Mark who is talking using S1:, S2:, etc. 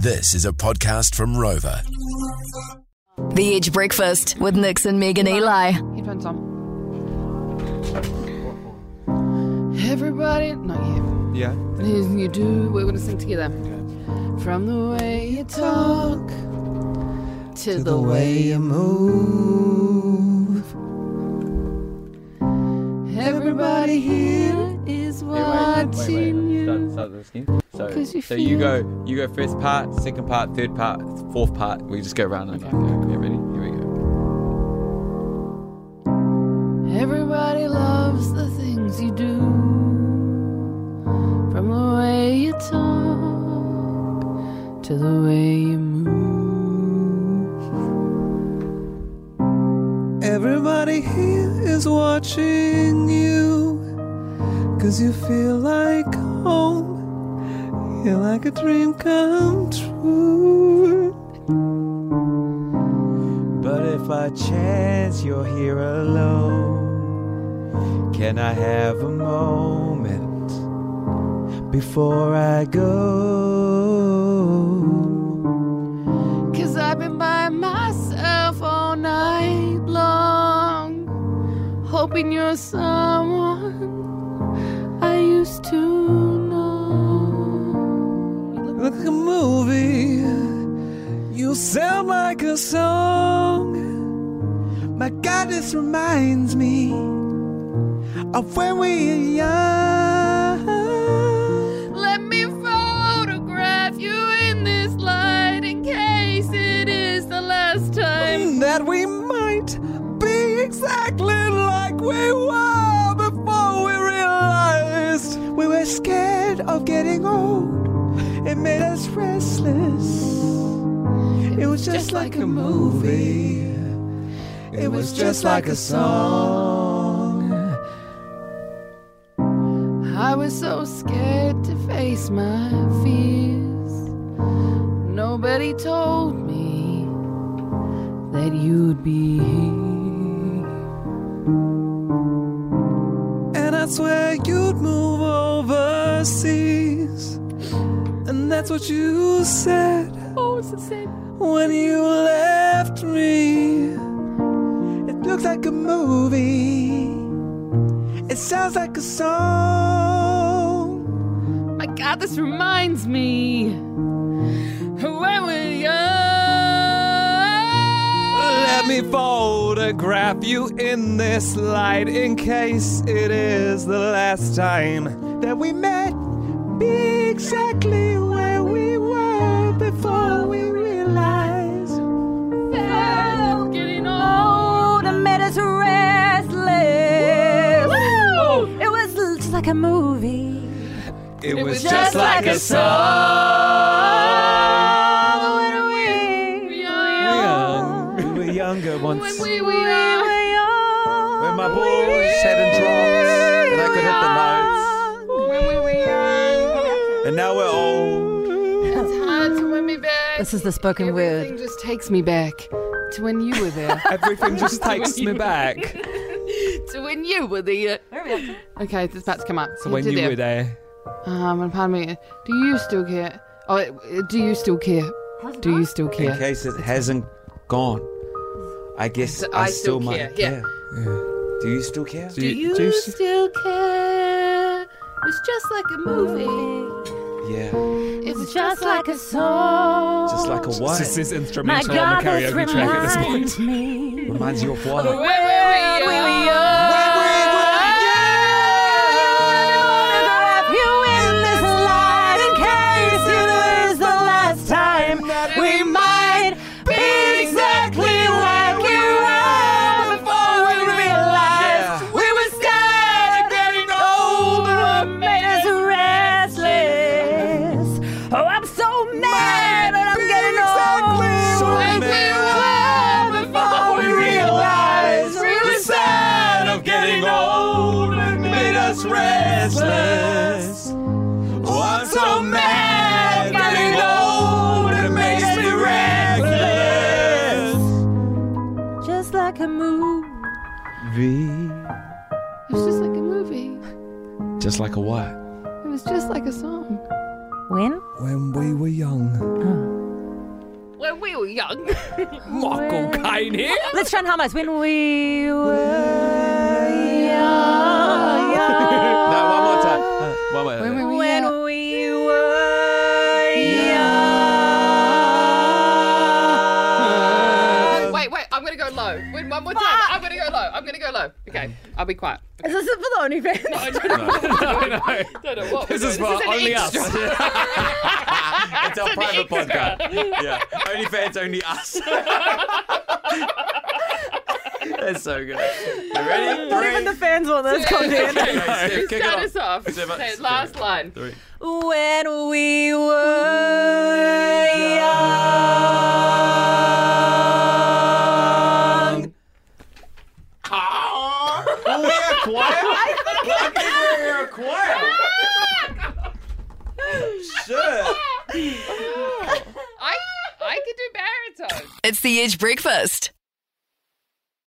S1: This is a podcast from Rover.
S2: The Edge Breakfast with Nix and Megan Eli.
S3: Headphones on. Everybody, not you.
S4: Yeah.
S3: Here's you do. We're gonna sing together. From the way you talk to, the, way you move. Everybody here is watching you.
S4: So,
S3: 'Cause you
S4: so
S3: feel-
S4: you go, you go first part, second part, third part, fourth part. We just go round and round. Okay, ready? Here we go.
S3: Everybody loves the things you do. From the way you talk to the way you move.
S4: Everybody here is watching you, cause you feel like home. You're like a dream come true. But if by chance you're here alone, can I have a moment before I go?
S3: Cause I've been by myself all night long, hoping you're someone I used to know.
S4: Look like a movie. You sound like a song. My God, this reminds me of when we were young.
S3: Let me photograph you in this light in case it is the last time.
S4: That we might be exactly like we were before we realized we were scared of getting old. It made us restless. It was just like a movie. It was just like a song.
S3: I was so scared to face my fears. Nobody told me that you'd be here.
S4: And I swear you'd move overseas. And that's what you said
S3: Oh, it's the same.
S4: when you left me. It looks like a movie. It sounds like a song.
S3: My God, this reminds me of when we were young.
S4: Let me photograph you in this light in case it is the last time that we met. Be exactly where we were before we realized.
S3: Felt Getting old.
S5: Oh, The made us restless.
S3: Woo!
S5: It was l- just like a movie.
S4: It,
S3: was just like a
S4: song.
S5: We
S4: We were younger once.
S3: When we were young.
S4: When my boys hadn't dropped, and I could hit the notes.
S3: When we were young.
S4: And now we're old.
S3: It's hard to win me back.
S5: This is the spoken
S3: Everything
S5: word.
S3: just takes me back to when you were there.
S4: Everything just takes me back.
S3: to when you were there. Okay, this is about to come up.
S4: So when
S3: do
S4: you
S3: that.
S4: were there,
S3: Um, and pardon me. Do you still care? Oh, uh, do you still care? Do you still
S4: in
S3: care?
S4: case it hasn't gone, I guess
S3: So
S4: I,
S3: I still
S4: still, might
S3: care, yeah.
S4: care. Do you still care?
S3: Do you, still care? It's just like a movie.
S4: yeah.
S3: It's
S5: Just like a song.
S4: Just like a what?
S6: This is
S5: My
S6: instrumental on
S5: God,
S6: the
S5: this
S6: karaoke track at this point.
S5: reminds me.
S4: Reminds you of what?
S3: Where were
S5: We were
S3: we?
S4: Yeah!
S5: young. Photograph you in this light in case it is the last time that we might be exactly like we were before we realized
S4: Yeah.
S5: we were scared of getting older what made us restless. Oh, I'm so mad that I'm getting
S4: So
S5: old. Like we
S4: mad
S5: were before we realized we were
S4: sad of getting old and made us restless. Oh, I'm so mad getting old it makes me reckless.
S5: Just like a movie.
S4: V,
S3: It's just like a movie.
S4: just like a what?
S3: It was just like a song.
S5: When?
S4: When we were young,
S3: we were young.
S6: Michael Caine here.
S5: Let's try and harmonise. When we were young.
S4: No, one more time. Uh, one more.
S3: When we were young.
S5: When we were young.
S3: uh, Wait, wait, I'm gonna go low. Wait, one more time. I'm gonna go low. I'm gonna go low. Okay, I'll be quiet.
S5: Is this it for the OnlyFans?
S3: I don't know.
S6: Um, No, no.
S3: I don't know what
S6: This
S3: we're
S6: is
S3: doing.
S6: for
S3: an
S6: only us.
S3: extra.
S4: it's our private podcast. Yeah. Only fans, only us. That's so good. You ready?
S5: Not even the fans want this content.
S4: Okay, Steph, kick
S3: Start
S4: it
S3: us off.
S4: Too much.
S3: Okay, last line.
S4: Three.
S5: When we were young.
S4: Oh, we are quiet. I think we are quiet. Sure.
S3: I I can do baritone.
S2: It's the Edge Breakfast.